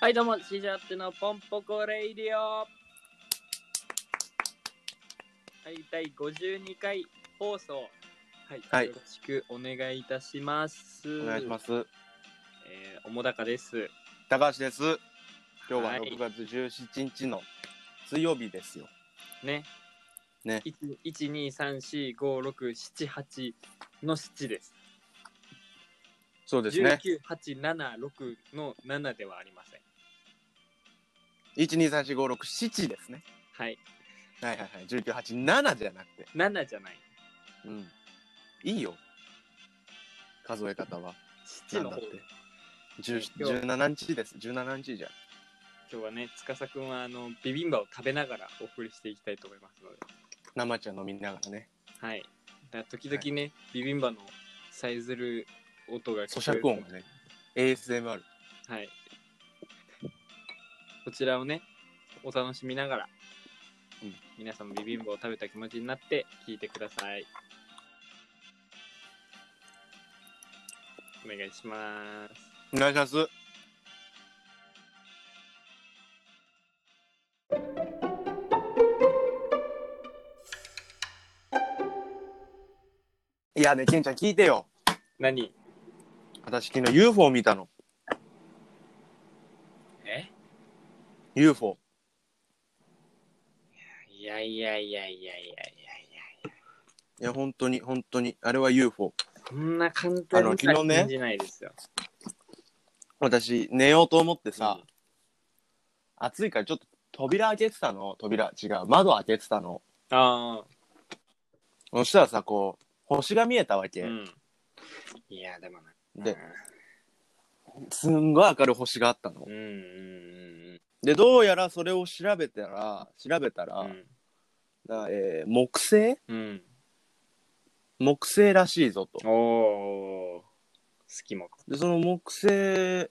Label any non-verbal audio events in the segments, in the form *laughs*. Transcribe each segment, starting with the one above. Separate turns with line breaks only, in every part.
はい、どうも、シジャーテのポンポコレイディオ。はい、第52回放送。はい、
はい
よろしくお願いいたします。。
お願いしますす。
えー、おもだかです。
高橋です。今日ははい6月17日の水曜日ですよ。
ね。
ね
1。1、2、3、4、5、6、7、8の7です。
そうですね。
19、8、7、6の7ではありません。
1、2、3、4、5、6、7ですね。
はい、
はいはいはい。19、8、7じゃなくて。
7じゃない。
うん。いいよ。数え方 *laughs* は。
7の方
なんだって10 17日です。17日じゃん。
今日はね、司くんはあのビビンバを食べながらお送りしていきたいと思いますので。
生茶飲みながらね。
はい。だから時々ね、ビビンバのさえずる音が
咀嚼音がね。ASMR。
はい。こちらをね、お楽しみながら、
うん
皆さんもビビンバを食べた気持ちになって聞いてください。お願いします。
お願いします。いやね、ケンちゃん聞いてよ。
何
私昨日 UFO 見たの。
え
UFO。
いやいやいやいやいやいやいや。
いや、本当に、本当に。あれは UFO。
こんな簡単
あの
に
昨日ね
感じないですよ。
私、寝ようと思ってさ、
うん
暑いからちょっと扉開けてたの。扉、違う。窓開けてたの。
ああ。
そしたらさ、こう、星が見えたわけ。
うん。いや、でもな。
で、すんごい明るい星があったの。
うんうん
でどうやらそれを調べたら調べたら、
うん
だえー木星
うん。
木星らしいぞと
うん。おー。好きも。
でその木星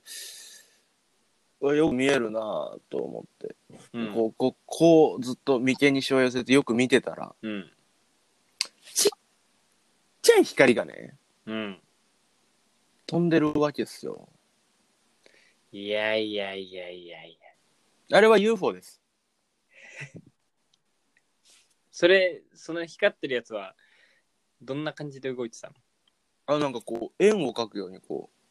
はよく見えるなぁと思って、
うん。
こうこうこうずっと眉間にしわ寄せてよく見てたら
うん。
ちっちゃい光がね
うん。
飛んでるわけですよ
いやいやいやいやいや。
あれは UFO です
それ、その光ってるやつは、どんな感じで動いてたの
あなんかこう円を描くようにこう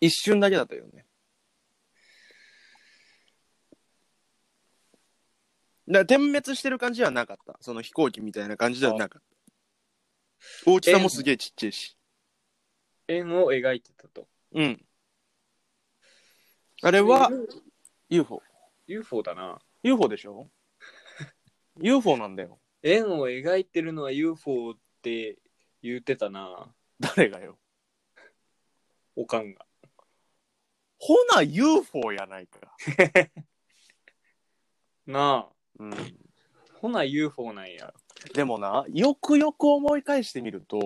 一瞬だけだったよねだから点滅してる感じはなかったその飛行機みたいな感じではなかった大きさもすげえちっちゃいし
円を描いてたと。
うんあれは UFOUFO
UFO だな。
でしょ UFO なんだよ
円を描いてるのは UFO って言ってたな。
誰がよ
おかんが。
ほな UFO やないか、
なあ。
うん、
ほな UFO なんや。
でもなよくよく思い返してみると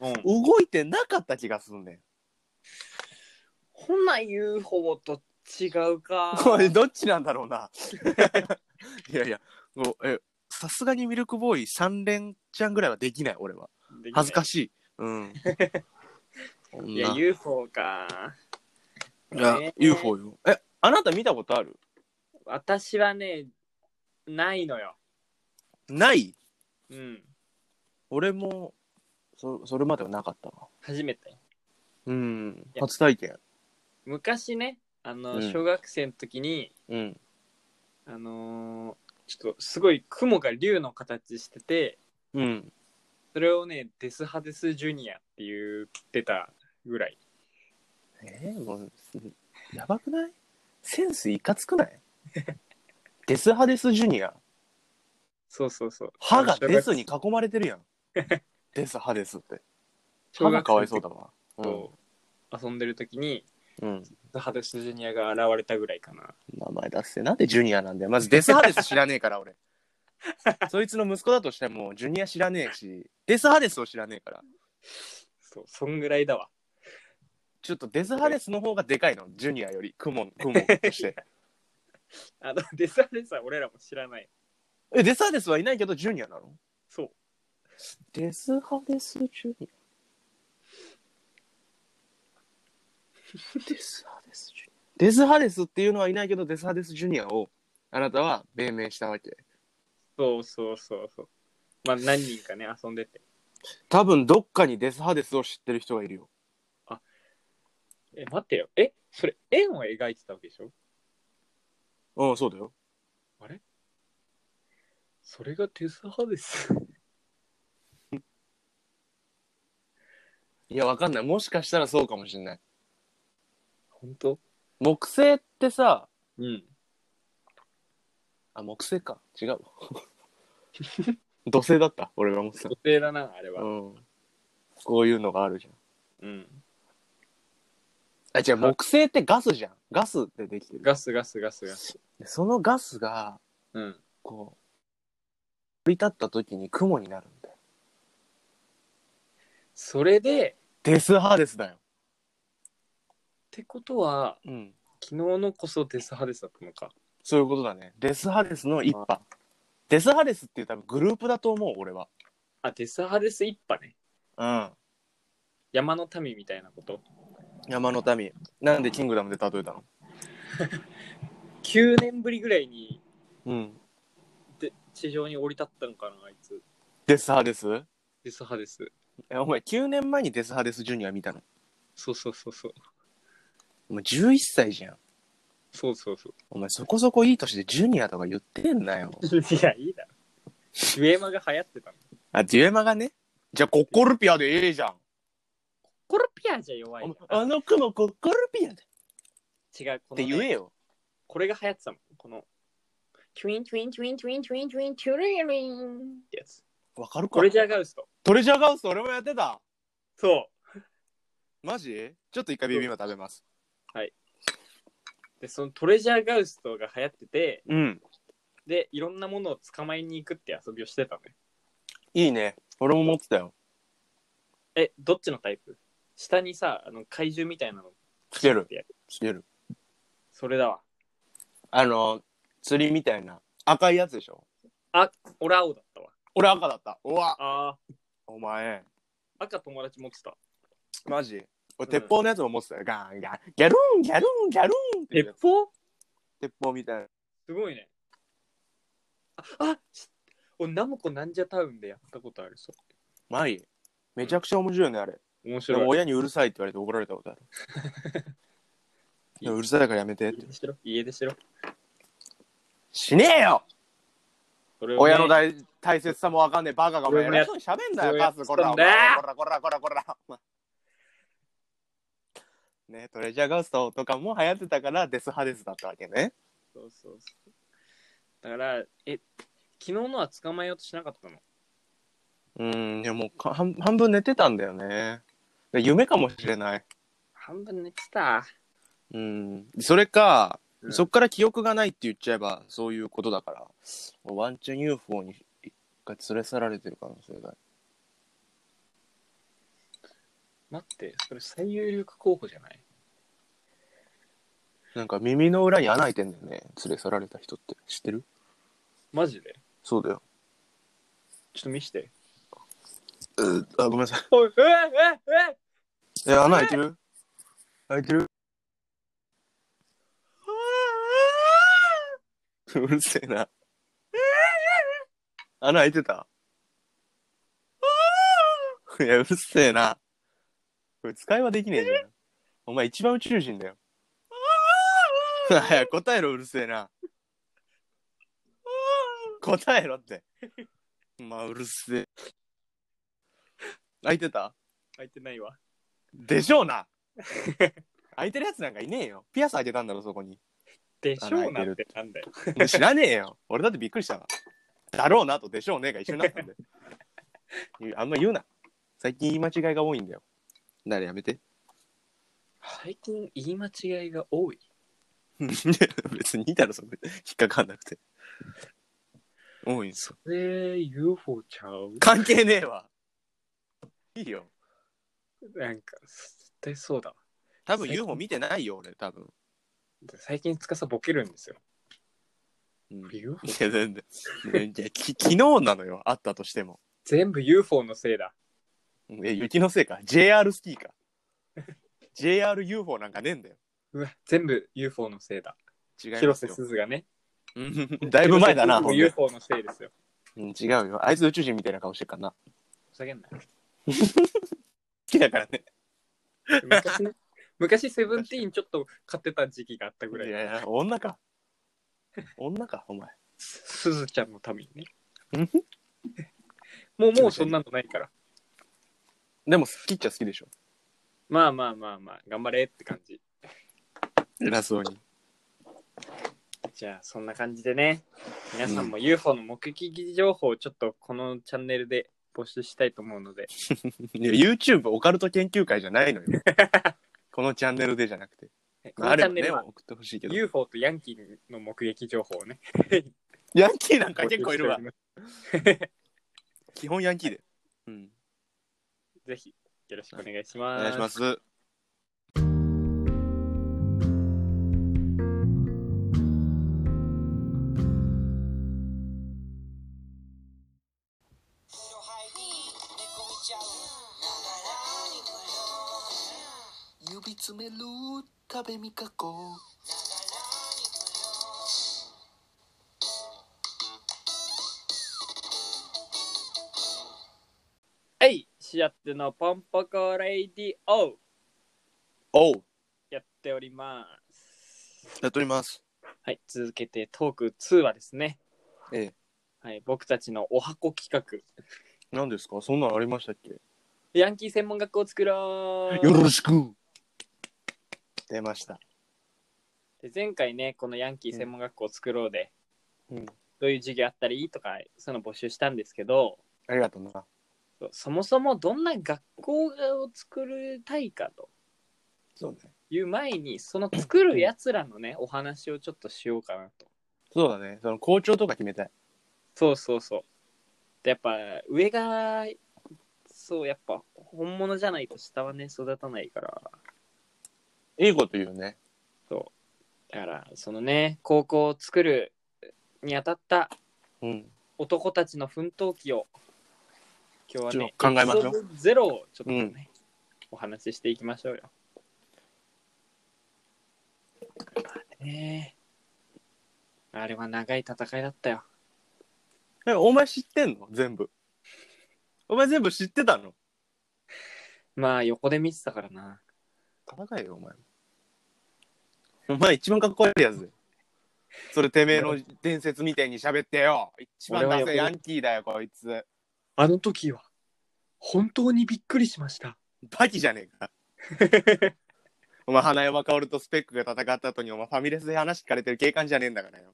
うん。
動いてなかった気がすんねん
ほな UFO と違うか。 *laughs*
これどっちなんだろうな。 *laughs* いやいや、もうえさすがにミルクボーイ3連チャンぐらいはできない、俺は。恥ずか
し
しい。うん。こん *laughs* ない
や、UFO か。
いや
ね
UFO よ。え、あなた見たことある
私はね、ないのよ。
ない
うん。
俺もそ、それまではなかったわ。
初めて。
うん
い。や
初体験。
昔ね、あの、
うん
小学生の時に、
うん。
あのーちょっとすごい雲が竜の形してて、
うん。
それをね、デスハデスジュニアって言ってたぐらい。
えーもう、やばくないセンスいかつくない *laughs* デスハデスジュニア。
そうそうそう。
歯が
小学
デスに囲まれてる *laughs* やん。デス、歯ですって。歯がかわいそうだわ。う
と遊んでる時に、
ん。うん。
デスハデスジュニアが現れたぐらいかな。
名前出せ。なんでジュニアなんだよ。まずデスハデス知らねえから、俺。 *laughs* そいつの息子だとしても、ジュニア知らねえし、デスハデスを知らねえから。
そう、そんぐらいだわ。
ちょっとデスハデスの方がでかいの、ジュニアより、クモン、クモンと *laughs* して。
あの、デスハデスは俺らも知らない。
え、デスハデスはいないけど、ジュニアなの
そう。
デスハデスジュニア。デスハデスジュニデス・ハデスっていうのはいないけど、デス・ハデス・ジュニアをあなたは命名したわけ。
そうそうそうそう。まあ何人かね、遊んでて。
多分どっかにデス・ハデスを知ってる人がいるよ。
え、待ってよ。え、それ、円を描いてたわけでしょ
うん、そうだよ。
それがデス派です。
いや、わかんない。もしかしたらそうかもしれない。
本当
木星ってさ、
うん。
あ、木星か。違う *laughs* わ。土星だった。俺が思ってた
固。定だな、あれ
う
は。
ん。こういうのがあるじゃん。
うん。
あ、違う、木星ってガスじゃん。ガスでできてる。
ガスガスガスガス。
でそのガスが、
うん。
こう、降り立った時に雲になるんだよ。
それで、
デス・ハデスだよ。
ってことは、
うん。
昨日のこそデス派ですだったのか。
そういうことだね。デス・ハデスの一派。デス・ハデスっていう多分グループだと思う、俺は。
あ、デス派です一派ね。
うん。
山の民みたいなこと。
山の民。なんでキングダムで例えたの
9年ぶりぐらいに
うん。
で地上に降り立ったのかな、あいつ。
デス・ハデス
デス派です。
え、お前9年前にデス・ハデスジュニア見たの
そうそうそうそう。
お前11歳じゃん。
そうそうそ
お前そこそこいい年でジュニアとか言ってんなよ。
う。 *laughs* いや、いいだろ。デュエマが流行ってたの。
あ、デュエマがね。じゃあ、コッコルピアでええじゃん。
コルピアじゃ弱いよ。
あの子もコッコルピアだっ
違う、この
て
ね
言えよ。
これが流行ってたもん。この、トゥイントゥイントゥイントゥイントゥイントゥイントゥリリンってやつ。
わかるか
これじゃガウスト。
トレジャーガウス俺もやってた。
そ
マジちょっと一回ビビンバ食べます。
う。で、そのトレジャーガウストが流行ってて、
うん。
で、いろんなものを捕まえに行くって遊びをしてたのね。
いいね。俺も持ってたよ。
え、どっちのタイプ下にさ、あの、怪獣みたいなの。
つける。つける。
それだわ。
あの、釣りみたいな。赤いやつでしょ
あ、俺青だったわ。
俺赤だった。うわ。
あ
お前。
ー、赤友達持ってた。
マジ俺、
うん
鉄砲のやつも持ってたよ。ガンガン。ギャルン、ギャルン、ギャルンっていう
鉄
やつ。
砲
鉄砲みたいな。
すごいね。あ、あし俺、ナムコなんじゃタウンでやったことあるそ
マジめちゃくちゃ面白いよね、あれ。
う。面
でも
白い。
親にうるさいって言われて怒られたことある。でもうる *laughs* さいからやめてって
家。でしろ。家でしろ。
死ねえよ
それをね
親の大大切さもわかんねえバカがお前
俺もや
偉そうに喋んなよ
俺もや
カ
っ
スこら
そ
こ
うだ
ら
よ
こらこらこらこらお前ねトレジャーガウストとかも流行ってたからデス派デスだったわけね
そうそうそう。だから、え、昨日のは捕まえようとしなかったの
うんいやもうか半半分寝てたんだよねで夢かもしれない
半分寝てた。
うんそれか、
うん
そっから記憶がないって言っちゃえばそういうことだからワンチャン UFO に一回連れ去られてる可能性がある
待って、それ最有力候補じゃない
なんか耳の裏に穴開いてんだよね連れ去られた人って知ってる
マジで
そうだよ
ちょっと見して。
うあごめんなさい
おい、えええ
え、穴開いてる開いてる *laughs* うるせえな。穴開いてたいや、うるせえな。これ使いはできねえじゃん。お前一番宇宙人だよ。 *laughs* 早く答えろ、うるせえな。答えろって。まあ、うるせえ。開いてた
開いてないわ。
でしょうな開いてるやつなんかいねえよ。ピアス開けたんだろ、そこに。
でしょうな
穴開い
っててなんだよ。
知らねえよ。俺だってびっくりしたわ。だろうなとでしょうねが一緒になったんで。言うあんま言うな。最近言い間違いが多いんだよ。ならやめて。 *laughs*
最近言い間違いが多い。
別にいいだろ、それ。引っかかんなくて。多いんすよ。
えー、UFO ちゃう
関係ねえわ。いいよ。
なんか、絶対そうだわ。
多分 UFO 見てないよ、俺、多分。
最近司ボケるんですよ。
うん、い
UFO?
や、全然。いや、き *laughs* 昨日なのよ、あったとしても。
全部 UFO のせいだ。
え、雪のせいか。JR スキーか。JRUFO なんかねえんだよ。
うわ、全部 UFO のせいだ。
違いますよ
広瀬すずがね。
うんだいぶ前だな、ほんで
UFO のせいですよ。
うん違うよ。あいつ宇宙人みたいな顔してるからな。好
ふざけんな。
きだからね。
昔ね、昔セブンティーンちょっと買ってた時期があったぐら
い
い。
やいや、女か。女か、お前。
すすずちゃんのためにね
うん。
もうもうそんなのないから。
でも好きっちゃ好きでしょ。
まあまあまあまあ、頑張れって感じ。
偉そうに。
じゃあそんな感じでね、皆さんも UFO の目撃情報をちょっとこのチャンネルで募集したいと思うので、
いや、YouTube オカルト研究会じゃないのよ。 *laughs* このチャンネルでじゃなくて。
この
あ
チ
れ
ャ
ば
ンネ
ね、
ルは
送ってほしいけど。
UFO とヤンキーの目撃情報をね、
ヤンキーなんか結構いるわ
募集しており。ます
基本ヤンキーで。うん。
ぜひよろしくお願いし
お
ます。。
願いしますす。
指つめる食べみかこ
はい、シアットのポンポコレイディオ
おう、
やっております。
やっております。
はい、続けてトーク2はですね、
ええ。
はい、僕たちのお箱企画、
何ですかそんなのありましたっけ
ヤンキー専門学校を作ろう
よろしく出ました。
で前回ねこのヤンキー専門学校を作ろうで、
うん
どういう授業あったらいいとかそういうの募集したんですけど
ありがとうな。
そそもそもどんな学校を作りたいかと
そうね。
いう前にその作るやつらのねお話をちょっとしようかなと
そうだね。その校長とか決めたい。
そうそうそうでやっぱ上がそうやっぱ本物じゃないと下はね育たないから
いいこと言うね。
だからそのね高校を作るにあたった
うん。
男たちの奮闘記を今日はね
ちょっと考えましょう
エピソードゼロをちょっとね、お話ししていきましょうよ。まあねあれは長い戦いだったよ。
え、お前知ってんの全部。お前全部知ってたの
まあ横で見てたからな。
戦えよ、お前も。お前一番かっこ悪いやつだよそれてめえの伝説みたいに喋ってよ。一番
俺
ダ
は
セ
よ
えヤンキーだよ、こいつ。
あの時は本当にびっくりしました。
バキじゃねえ *laughs* か。お前、花山薫とスペックが戦った後に、お前、ファミレスで話聞かれてる警官じゃねえんだからよ。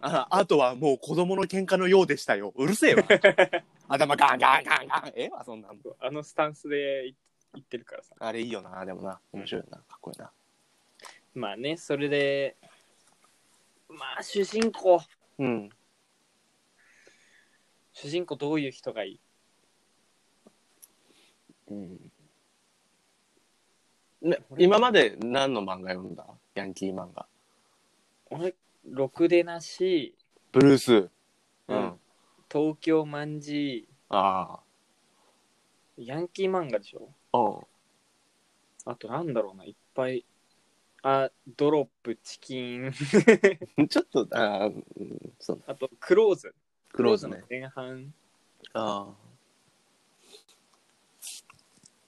ああとはもう子供の喧嘩のようでしたよ。うるせ *laughs* えわ。頭ガンガンガンガン。ええわ、そんなん。
あのスタンスでい言ってるからさ。
あれいいよな、でもな。面白いよな。かっこいいな。
まあねそれでまあ主人公
うん。
主人公どういう人がいい
うんね、今まで何の漫画読んだヤンキー漫画。
俺ろくでなし
ブルース。
うん東京まんじ
あ
ヤンキー漫画でしょ
あ。うん。
あとなんだろうないっぱいあドロップチキン
ちょっと、ああ、うんそう
あとクローズ
クローズね
クの前半
あ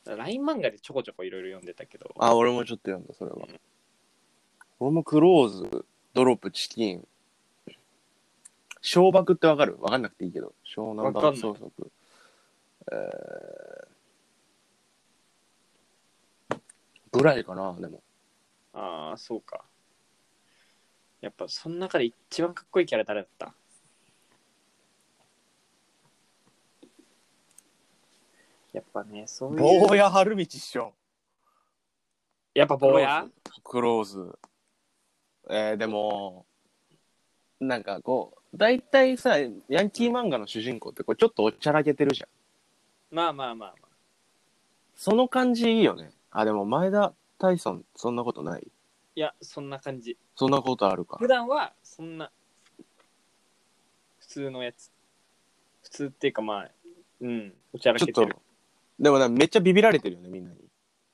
ライン漫画でちょこちょこいろいろ読んでたけど
あ。あ、俺もちょっと読んだ、それは。俺もクローズ、ドロップ、チキン。小爆ってわかるわかんなくていいけど。小南
わかん
爆
ない
相続。えー、ぐらいかな、でも。
ああそうかやっぱその中で一番かっこいいキャラ誰だったやっぱねそういう
坊や春道っしょ。
やっぱ坊や
クローズ。えー、でも、なんかこう、大体さ、ヤンキー漫画の主人公ってこうちょっとおっちゃらけてるじゃん。
まあまあまあまあ
その感じいいよね。あ、でも前田大孫、そんなことない
いやそんな感じ
そんなことあるか
普。段はそんな普通のやつ普通っていうかまあうんおちゃら
ち
け
ょって
る、
とでもなんかめっちゃビビられてるよね、みんなに。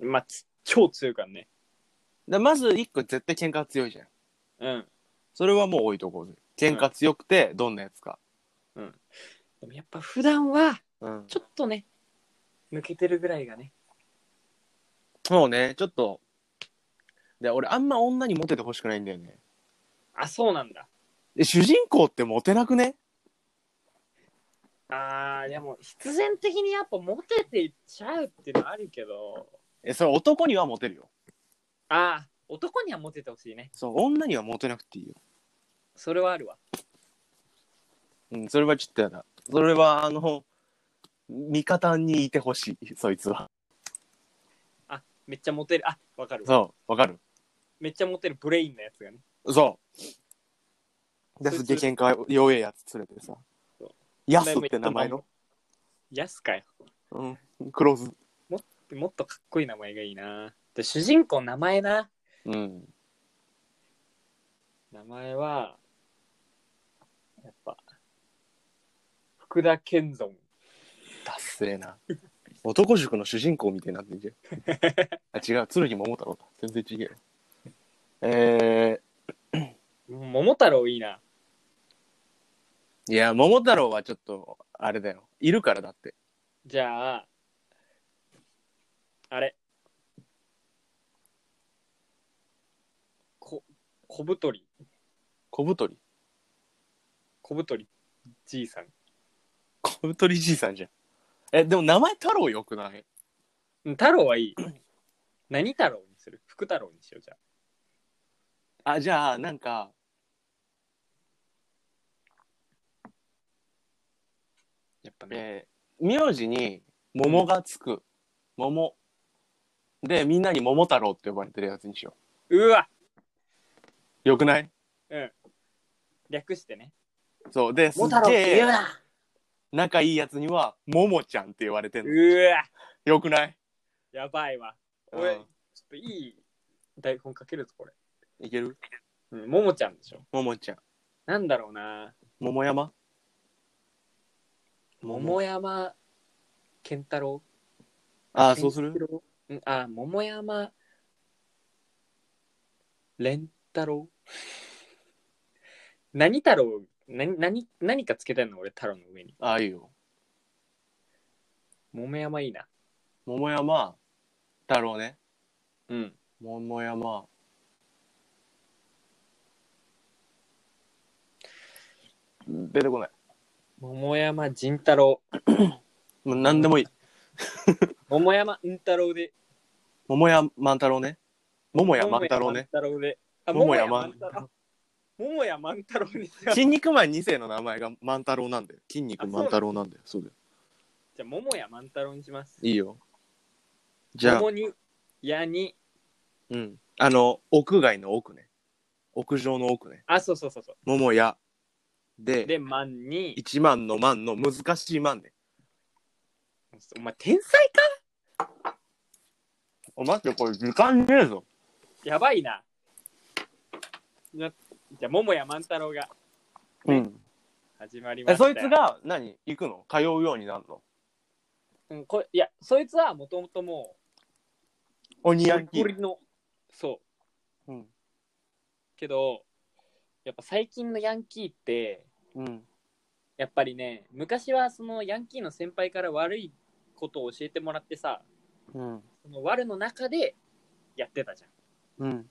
まあつ超強いからね。
らまず一個絶対喧嘩強いじゃん。
うん。
それはもう置いとこうぜ。喧嘩強くて、どんなやつか。
でもやっぱ普段は、
うん。
ちょっとね、抜けてるぐらいがね。
そうね、ちょっと。で、俺あんま女にモテてほしくないんだよね。
あ、そうなんだ。
え、主人公ってモテなくね
あー、でも必然的にやっぱモテていっちゃうっていうのはあるけど、
え、それ男にはモテるよ。
あー、男にはモテてほしいね。
そう、女にはモテなくていいよ。
それはあるわ。
うん、それはちょっとやだ。それは、あの、味方にいてほしい、そいつは。
あ、めっちゃモテる。あ、わかるわ。
そう、わかる
めっちゃモテるブレインのやつがね。
そう。で、すげえ喧嘩弱えやつ連れてさ
そう。
ヤスって名前の。
やすかよ。
うん。クローズ。
もっとかっこいい名前がいいな。で、主人公名前な。
うん。
名前は、やっぱ、福田健三。
ダッセーな。男塾の主人公みたいになってんじ *laughs* ゃん。あ、違う。鶴木桃太郎だ。全然違えよ。え
うん桃太郎いいな。
ー、いや、桃太郎はちょっと、あれだよ。いるからだって。
じゃあ、あれ。こ、小太り、
小太り。
小太り、じいさん。
小太りじいさんじゃん。え、でも名前太郎よくない
うん太郎
*clears throat*
はいい。何太郎にする福太郎にしよう、じゃあ。
あ、じゃあ、なんか、
やっぱね。
えー、名字に桃がつく。桃。で、みんなに桃太郎って呼ばれてるやつにしよ
うわ
う。よくない
略してね。
そう。で、すっげえ
な
仲いいやつには、桃ちゃんって言われてる。
うわ
よくない
やばいわ。おい、
う
ち
ん
ょっといい台本かけるぞ、これ。
いける
うん、ももちゃんでしょ。
桃ちゃん。
なんだろうな。
桃山
桃山健太郎。
ああ、そうする
健一郎うん、あ、桃山蓮太郎。 *laughs* 何太郎何何何かつけたいの俺、太郎の上に。
ああ、いいよ。
桃山いいな。
桃山、太郎ね。
うん。
桃山。出てこない。
桃山仁太郎。
もう何でもいい。
桃山ん太郎で。
桃山万太郎ね。桃山万太郎ね。
桃屋万太郎で。あ、
桃
桃
屋
屋
万
万太郎。あ桃屋万太郎にしよう
筋肉マン2世の名前が万太郎なんだよ。筋肉万太郎なんだよ。そうだよ。
じゃあ、桃屋万太郎にし
*laughs*
ます。
いいよ。じゃあ、
桃に、矢に、
うん。あの、屋外の奥ね。屋上の奥ね。
あ、そうそうそうそ
桃屋。
う。
で、
で、万に、
一万の万の難しい万ね。
お前、天才か
お待って、これ時間ねえぞ。
やばいな。じゃあ、じゃあ桃屋万太郎が
うん。
始まりま
え、
した
そ
よ
いつ、が何行くの通うようになるの
うん、こいや、そいつはもともとも
鬼
う、
ヤンキ
ゴリゴ
ー。
リの、そう。
うん。
けど、やっぱ最近のヤンキーって、
うん。
やっぱりね、昔はそのヤンキーの先輩から悪いことを教えてもらってさ、
うん。
その悪の中でやってたじゃん。
うん。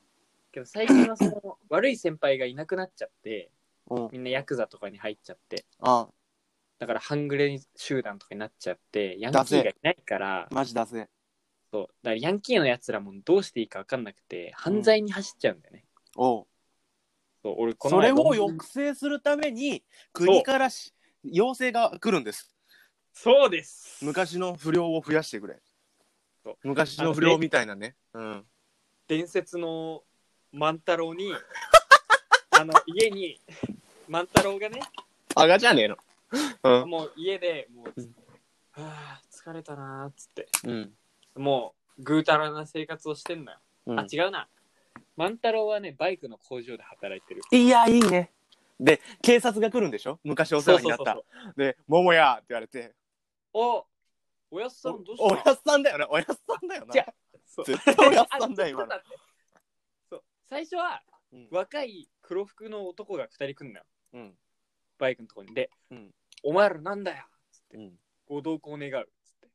けど最近はそ
*laughs*
の悪い先輩がいなくなっちゃって、
うん。
みんなヤクザとかに入っちゃって、
あ、
だから半グレ集団とかになっちゃって、ヤン
ダ
キ
セえ
ーがいないから、
マジ出せ。
そう、だからヤンキーのやつらもどうしていいか分かんなくて、犯罪に走っちゃうんだよね。
おう。
そう、俺この
そ
前
れを
論
抑
文
制するために国からし要請が来るんです
そうです
昔の不良を増やしてくれ
そう
昔の不良みたいなねうん
伝説の万太郎 *laughs* に、あの、家に、万太郎がね、
あがじゃねえのうん
もう家でもう、
うん
はあ、疲れたなーっつって、
うん
もう、ぐうたらな生活をしてんのよ。
うん
あ、違うな。万太郎はね、バイクの工場で働いてる。
いやいいねで警察が来るんでしょ昔お世話になった
う。
で「桃屋」って言われて
おおやすさんどう
おお
し
や
た
っさんだよねおやっさんだよな
違うそう
絶対俺やっ
あ
たんだ
ちょ
今
っと
の
待ってそう最初は
うん
若い黒服の男が2人来んのよ
うん
バイクのとこにで、
うん
お前らなんだよ」つって
うん
ご同行願うっつって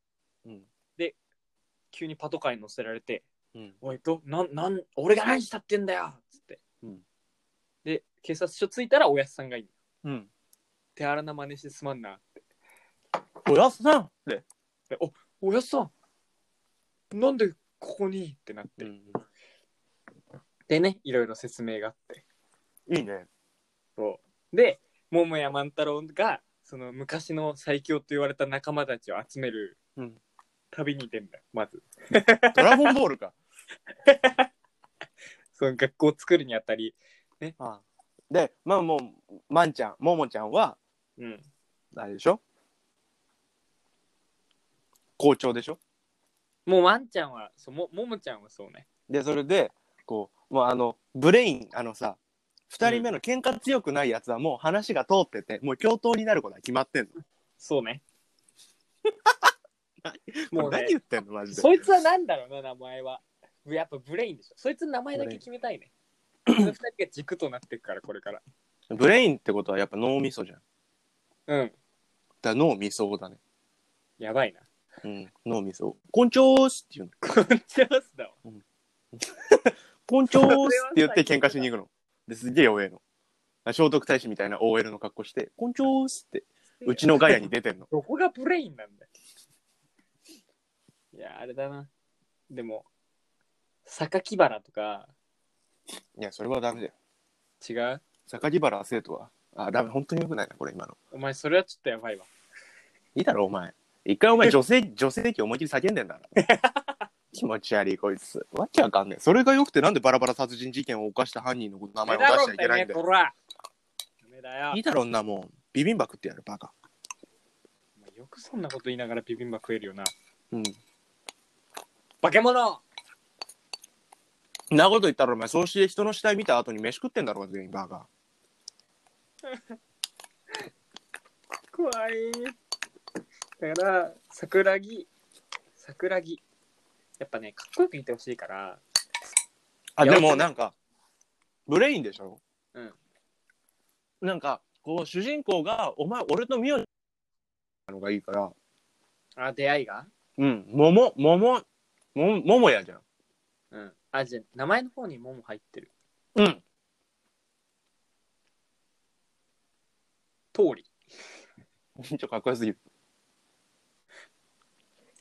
うん
急にパトカーに乗せられて
うん
「おいどなんなん俺が何したってんだよ」っつって、
うん
で警察署着いたらおやすさんがいい
うん
手荒な真似してすまんな
おやっさんって
でおおやすさんなんでここにってなって、
うん
でねいろいろ説明があって
いいね
そうで桃屋万太郎がその昔の最強と言われた仲間たちを集める
うん
旅に出るんだよまず
ドラゴンボールか
その学校を作るにあたり
あでまあもうまんちゃんももちゃんは
うん
あれでしょ校長でしょ
もうワンちゃんはそうもももちゃんはそうね
でそれでこうもうあのブレインあのさ2人目の喧嘩強くないやつはもう話が通ってて、もう共闘になることは決まってんの
そう
*laughs*
ね
も
も
う
う
何
ね
言ってんのマジで
そいつはなんだろうな名前はやっぱブレインでしょそいつの名前だけ決めたいねその二人が軸となっていくからこれから
ブレインってことはやっぱ脳みそじゃんだか
うん
ら脳みそだね
やばいな
うん脳みそ「こんちょーす」って言うの
こっち合わせだわ
「こんちょーす」って言って喧嘩しに行くのですげえ弱えの聖徳太子みたいな OL の格好して「こんちょーす」ってうちのガヤに出てんの
どこがブレインなんだよ。いや、あれだな。でも、榊原とか
*laughs* いやそれはダメだよ
違う
榊原生徒はあダメ本当によくないなこれ今の
お前、それはちょっとやばいわ。
いいだろ、お前。一回お前、女性、女性器思いっきり叫んでんだから。 *laughs* 気持ち悪い、こいつ。わけわかんねえ。それがよくて、なんでバラバラ殺人事件を犯した犯人の名前を出しちゃいけないんだよ。
こらダメだよ
いい。だろ、んなもん。ビビンバ食ってやる、バカ。
お前よくそんなこと言いながらビビンバ食えるよな。
うん。
化け物
んなこと言ったら、お前、そうして人の死体見た後に飯食ってんだろうが、全員、バカ。
怖い。だから、桜木、桜木。やっぱね、かっこよくいてほしいから、
あ、
いや
でも、なんか、ブレインでしょ
うん。
なんか、こう、主人公が、お前、俺とミオなのがいいから、
あ、出会いが
うん、桃、桃、も、桃やじゃん。
うん。あ、じゃあ名前の方にもも入ってる。
うん。
通り。
ちょっとかっこよすぎる。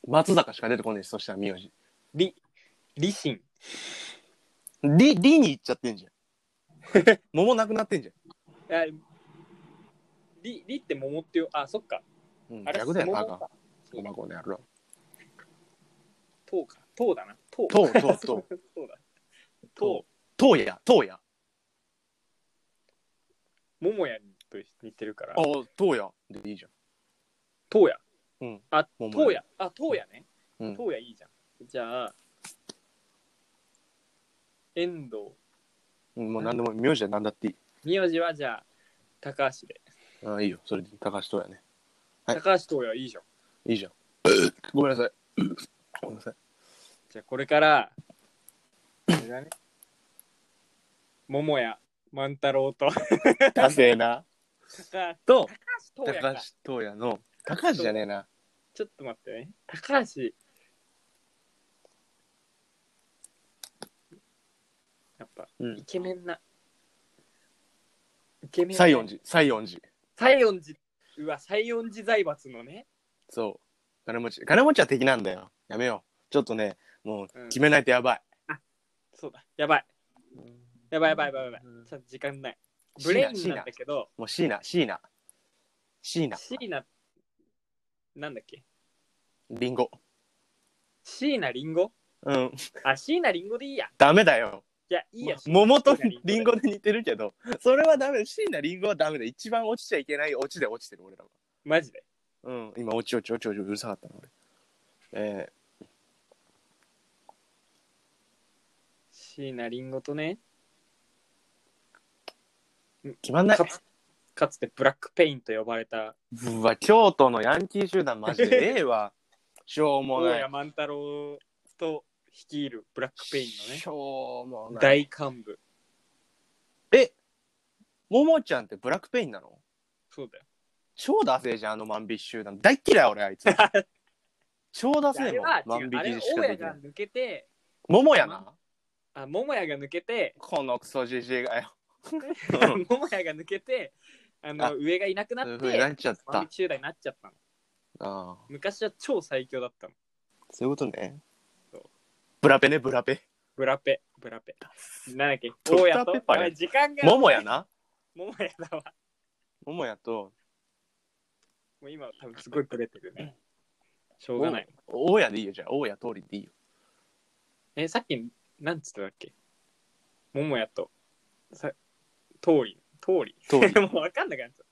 松坂しか出てこないし、そしたら名字。
り、りしん。
り、りに行っちゃってんじゃん。 *laughs* 桃なくなってんじ
あり、りって桃ってよ。あ、そっか。
ゃん。うん、
あれ
逆だよ、バ
桃
カ
か。
おまこの野郎。
とうか。とうだな。とう。
とう、とう、 *laughs* とう。
*laughs* そうだ。と
とうや、とうや。
う。ももやと似てるから
あ。、とうや。でいいじゃん。
とうや。
うん。
あ、
桃
とうや。あ、とうやね。
うん
とうやいいじゃん。じゃあ、遠藤。
うんもう何でも、名字は何だっていい。
名字はじゃあ、高橋で。
ああ、いいよ。それで、高橋とうやね。はい
高橋とうやいいじゃん。
い *laughs* いじゃん。ごめんな *laughs* さい。ごめんなさい。
じゃあ、これから、あれだね。ももや、万太郎
*laughs*
と
ダセーな。
高橋
と、
とうやか
高橋。とうやの、高橋じゃねえな。
ちょっと待ってね。高橋。やっぱ、
うん
イケメンな。イケメンな。
西園寺、西園寺。
西園寺。うわ、西園寺財閥のね。
そう。金持ち。金持ちは敵なんだよ。やめよう。ちょっとね、もう
うん
決めないとやばい。
そうだ。やばい。やばいやばいやばいやばい。ちょっと時間ない。ブレインなんだけど、
もうシーナ、シーナ。シーナ。
シーナ、なんだっけ
リンゴ。
シーナリンゴ
うん。
あ、シーナリンゴでいいや。
ダメだよ。
いや、いいや。
桃と
シーナ
リンゴで似てるけど、それはダメだ。シーナ、リンゴはダメだ。一番落ちちゃいけない落ちで落ちてる、俺らは。
マジで。
うん。今、落ち落ち落ち落ちうるさかったな、俺。え
シーナリンゴとね、
ー、決まんない
か。つかつてブラックペインと呼ばれた
うわ、京
*laughs*
都のヤンキー集団マジでええわ。しょうも
大
な
谷
い。
万太郎と率いるブラックペインのね
しょうもない。
大幹部
え、ももちゃんってブラックペインなの
そうだよ
超ダセえじゃん、あの万引き集団。大っ嫌い、俺、あ
*laughs*
いつ。超ダ
あ
セえ
れ
もん
は、
万
違
引
うあれ
き
は
しか
大家
できな
が
い。
抜けて
ももやな。
あ桃屋が抜けて
このクソじじいが
*laughs*
よ。うん
桃屋が抜けてあの
あ
上がいなくな
そういう
っ
ふうにな
て
っちゃっ
万
た。
引き集団になっちゃったの
ああ
昔は超最強だったの
そういうことね
そう。
ブラペね、ブラペ。
ブラペブラペなんだっけ
ドクター
大家と
ペッパーや
あれ時間が
ももやな。
桃屋だわ
ももやと、
もう今多分すごいブレてるねしょうがない
大家でいいよ、じゃあ。大家通りでいいよ。
えさっきなんつってたっけ桃屋とさ通り通り。
通り
もう分かんなくなっちゃっ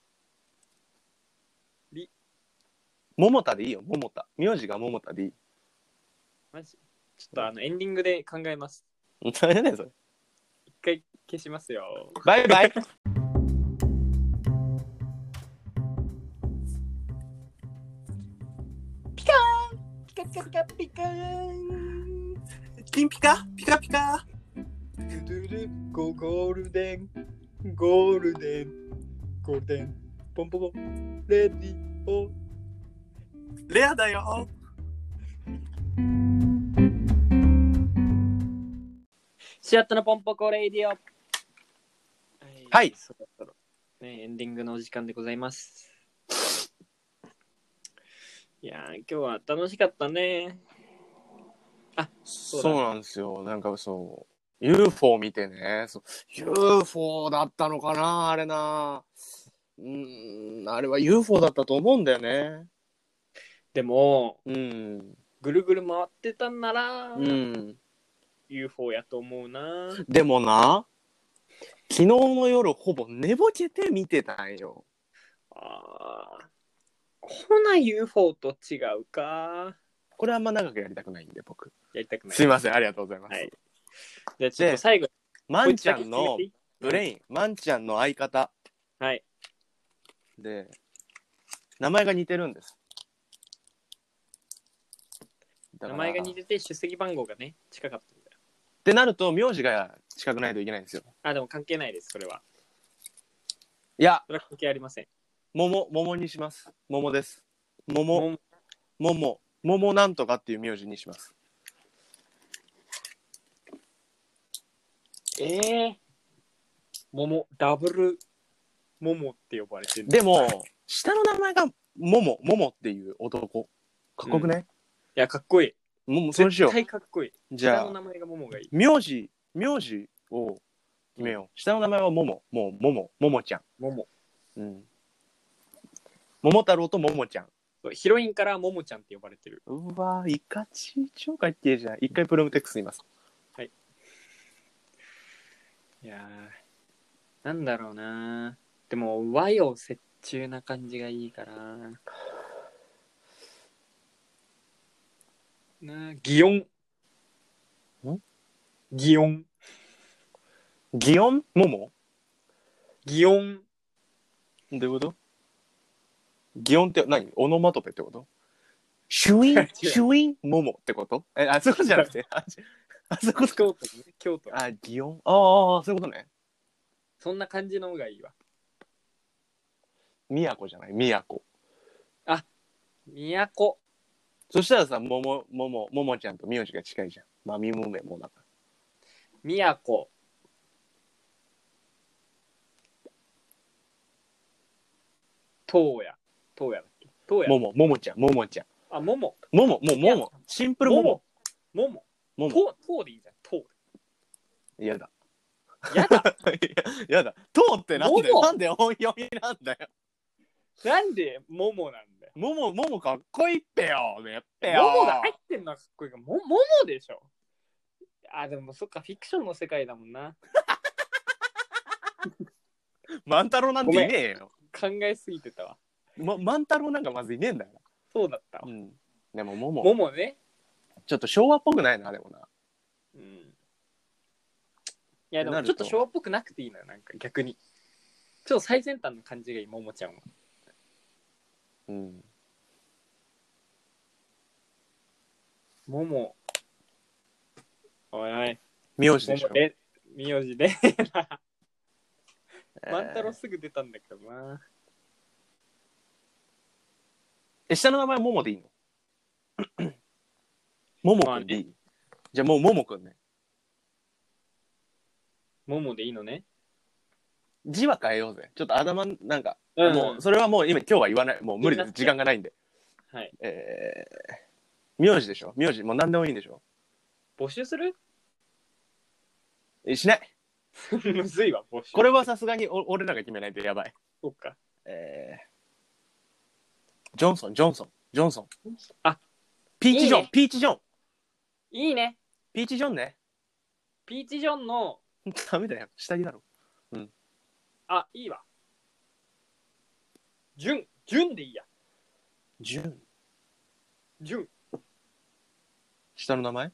*laughs* 桃田でいいよ、桃田。名字が桃田でいい。
たマジちょっとあのエンディングで考えます
何やねん、それ。
一回消しますよ
バイバイ。
ピカピカピカピカーン
金ピカピカピカ。
ドゥドゥルゴゴールデンゴールデンゴールデンポンポコレディオ
レアだよ。
シアットのポンポコレイディオ。はい。
はい
そろそろね、エンディングのお時間でございます。いやー、今日は楽しかったね。
そう
だ
なんですよ。なんかそう。UFO 見てね。そう UFO だったのかなあれな。うーん、あれは UFO だったと思うんだよね。
でも、
うん。
ぐるぐる回ってたんなら、
うん。
UFO やと思うな。
でもな、昨日の夜ほぼ寝ぼけて見てたんよ。
あーほな UFO と違うか。
これあんま長くやりたくないんで、僕。
やりたくない。
すいません、ありがとうございます。
はい。じゃあちょっと
で
最後に、
まんちゃんの
こいつだけ決めていい
ブレイン、まんちゃんの相方
はい。
で、名前が似てるんです。
名
だから
前が似てて、出席番号がね、近かったんだよ。
ってなると名字が近くないといけないんですよ
あ、でも関係ないです、それは。
いや
それは関係ありません。
桃桃にします桃です桃
も
桃桃なんとかっていう名字にします
ええ桃、ダブル桃って呼ばれてる。
でも下の名前が桃桃っていう男かっこよくね、
いや、かっこいい。
桃そうしよ
絶対かっこいい。
うじゃ
下の
あ
名前が桃がいい。
名字名字を決めよう下の名前は桃もう桃桃ちゃ
桃。
ん、うん、桃太郎と桃ちゃん
そうヒロインから桃ちゃんって呼ばれてる。
うわイカちい超かっけえじゃん一回プロムテックス言います
いやーなんだろうなーでも、和洋折衷な感じがいいから。なあ、擬音。
ん
擬音。
祇園桃
擬音。
どういうこと擬音って何オノマトペってことシュイ
*laughs* 違
ン
う、
シュイン、モモってことえ、あ、そういうことじゃな
*laughs*
くて。あ、ちあそういうことか。
京都、ね、京都。
あ、擬音。あああ、そういうことね。
そんな感じの方がいいわ。
都じゃない、都。
都。
そしたらさ、もも、もも、ももちゃんと名字が近いじゃん。まみもめもだか
宮古東野東野だっけ東野
ら。もも、ももちゃん、ももちゃん。
あ桃
もも、もう、も
いや
も。シンプルもも。
桃
もも。
東東でいいじゃん東
やだ。 *laughs*
やだ
やだ。とうってなんだよ。
もも
なんで音読みなんだよ。
なんで桃なんだよ
もも、ももかっこいいっぺよ。ねっぺよ。
桃が入ってんのはかっこいいがも桃でしょあでもそっかフィクションの世界だもんな
万太郎なんていねえよ。
考えすぎてたわ
ま、万太郎なんかまずいねえんだよ。
そうだったわ
うん。でも、もも、
桃ね
ちょっと昭和っぽくないな、でもな。
うんいやで
な
も
る
ちょ
と
っと昭和っぽくなくていいのよなんか逆にちょっと最先端の感じがいい桃ちゃんは
うん。
桃おいおい。
名字でしょ。
で、名字で。
えー
万太郎すぐ出たんだけどな。
え、下の名前ももでいいの *clears throat* ももくんでいい、じゃあもうももくんね。
ももでいいのね。
字は変えようぜ。ちょっと頭ん、なんか、
うん
もう、それはもう今、今日は言わない。もう無理です。時間がないんで。
はい。
えー、名字でしょ名字、もう何でもいいんでしょ
募集する *laughs*
えしない。
むずいわ、募集。
これはさすがにお俺らが決めないとやばい。
そうか。
えー、ジョンソン、ジョンソン、ジョンソン。
あ
ピーチジョン、
いいね
ピーチジョン、
いいね。
ピーチジョンね。 *laughs*
ピーチ・ジョンの、
ダメだよ。下着だろ。
あ、いいわ。ジュン、ジュンでいいや。
ジュン。
ジュン。
下の名前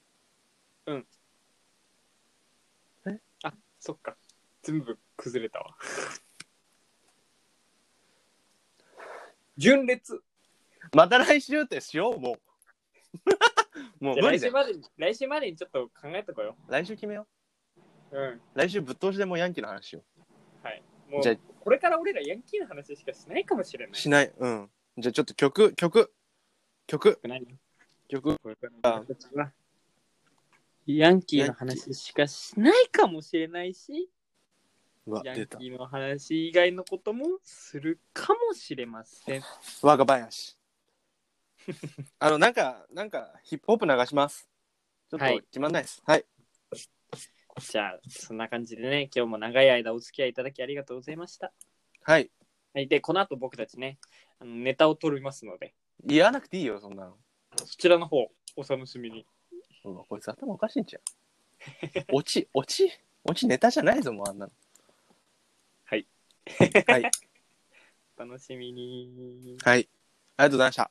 あ、そっか。全部崩れたわ。 *laughs* 純烈。
また来週ってしよう、もう。 *laughs* もう
じゃあ
無
来
理だ
週
よ。
までに、来週までにちょっと考えとこよ
来週決めよ
う。うん。
う。来週ぶっ通しでもうヤンキーの話しよ
はい。もう
じゃあ、
これから俺らヤンキーの話しかしないかもしれな
う。
い。
しない。うん。じゃあちょっと曲、曲、曲、
何
曲。
これからの話はヤンキーの話しかしないかもしれないし、
うわ、
ヤン
出た。
キーの話以外のこともするかもしれません。
若
*laughs*
林。あの、なんか、なんか、ヒップホップ流します。ちょっと
はい
決まんないです。はい。
じゃあ、そんな感じでね、今日も長い間お付き合いいただきありがとうございました。
はい。
はい、で、この後僕たちね、あのネタを取りますので、
言わなくていいよ、そんなの。
そちらの方、お楽しみに。
うわこいつ頭おかしいんちゃ
*laughs*
う落ち、落ち、落ちネタじゃないぞ、もうあんなの。
はい。
はい。はい。あり
お楽しみに。
がとうございました。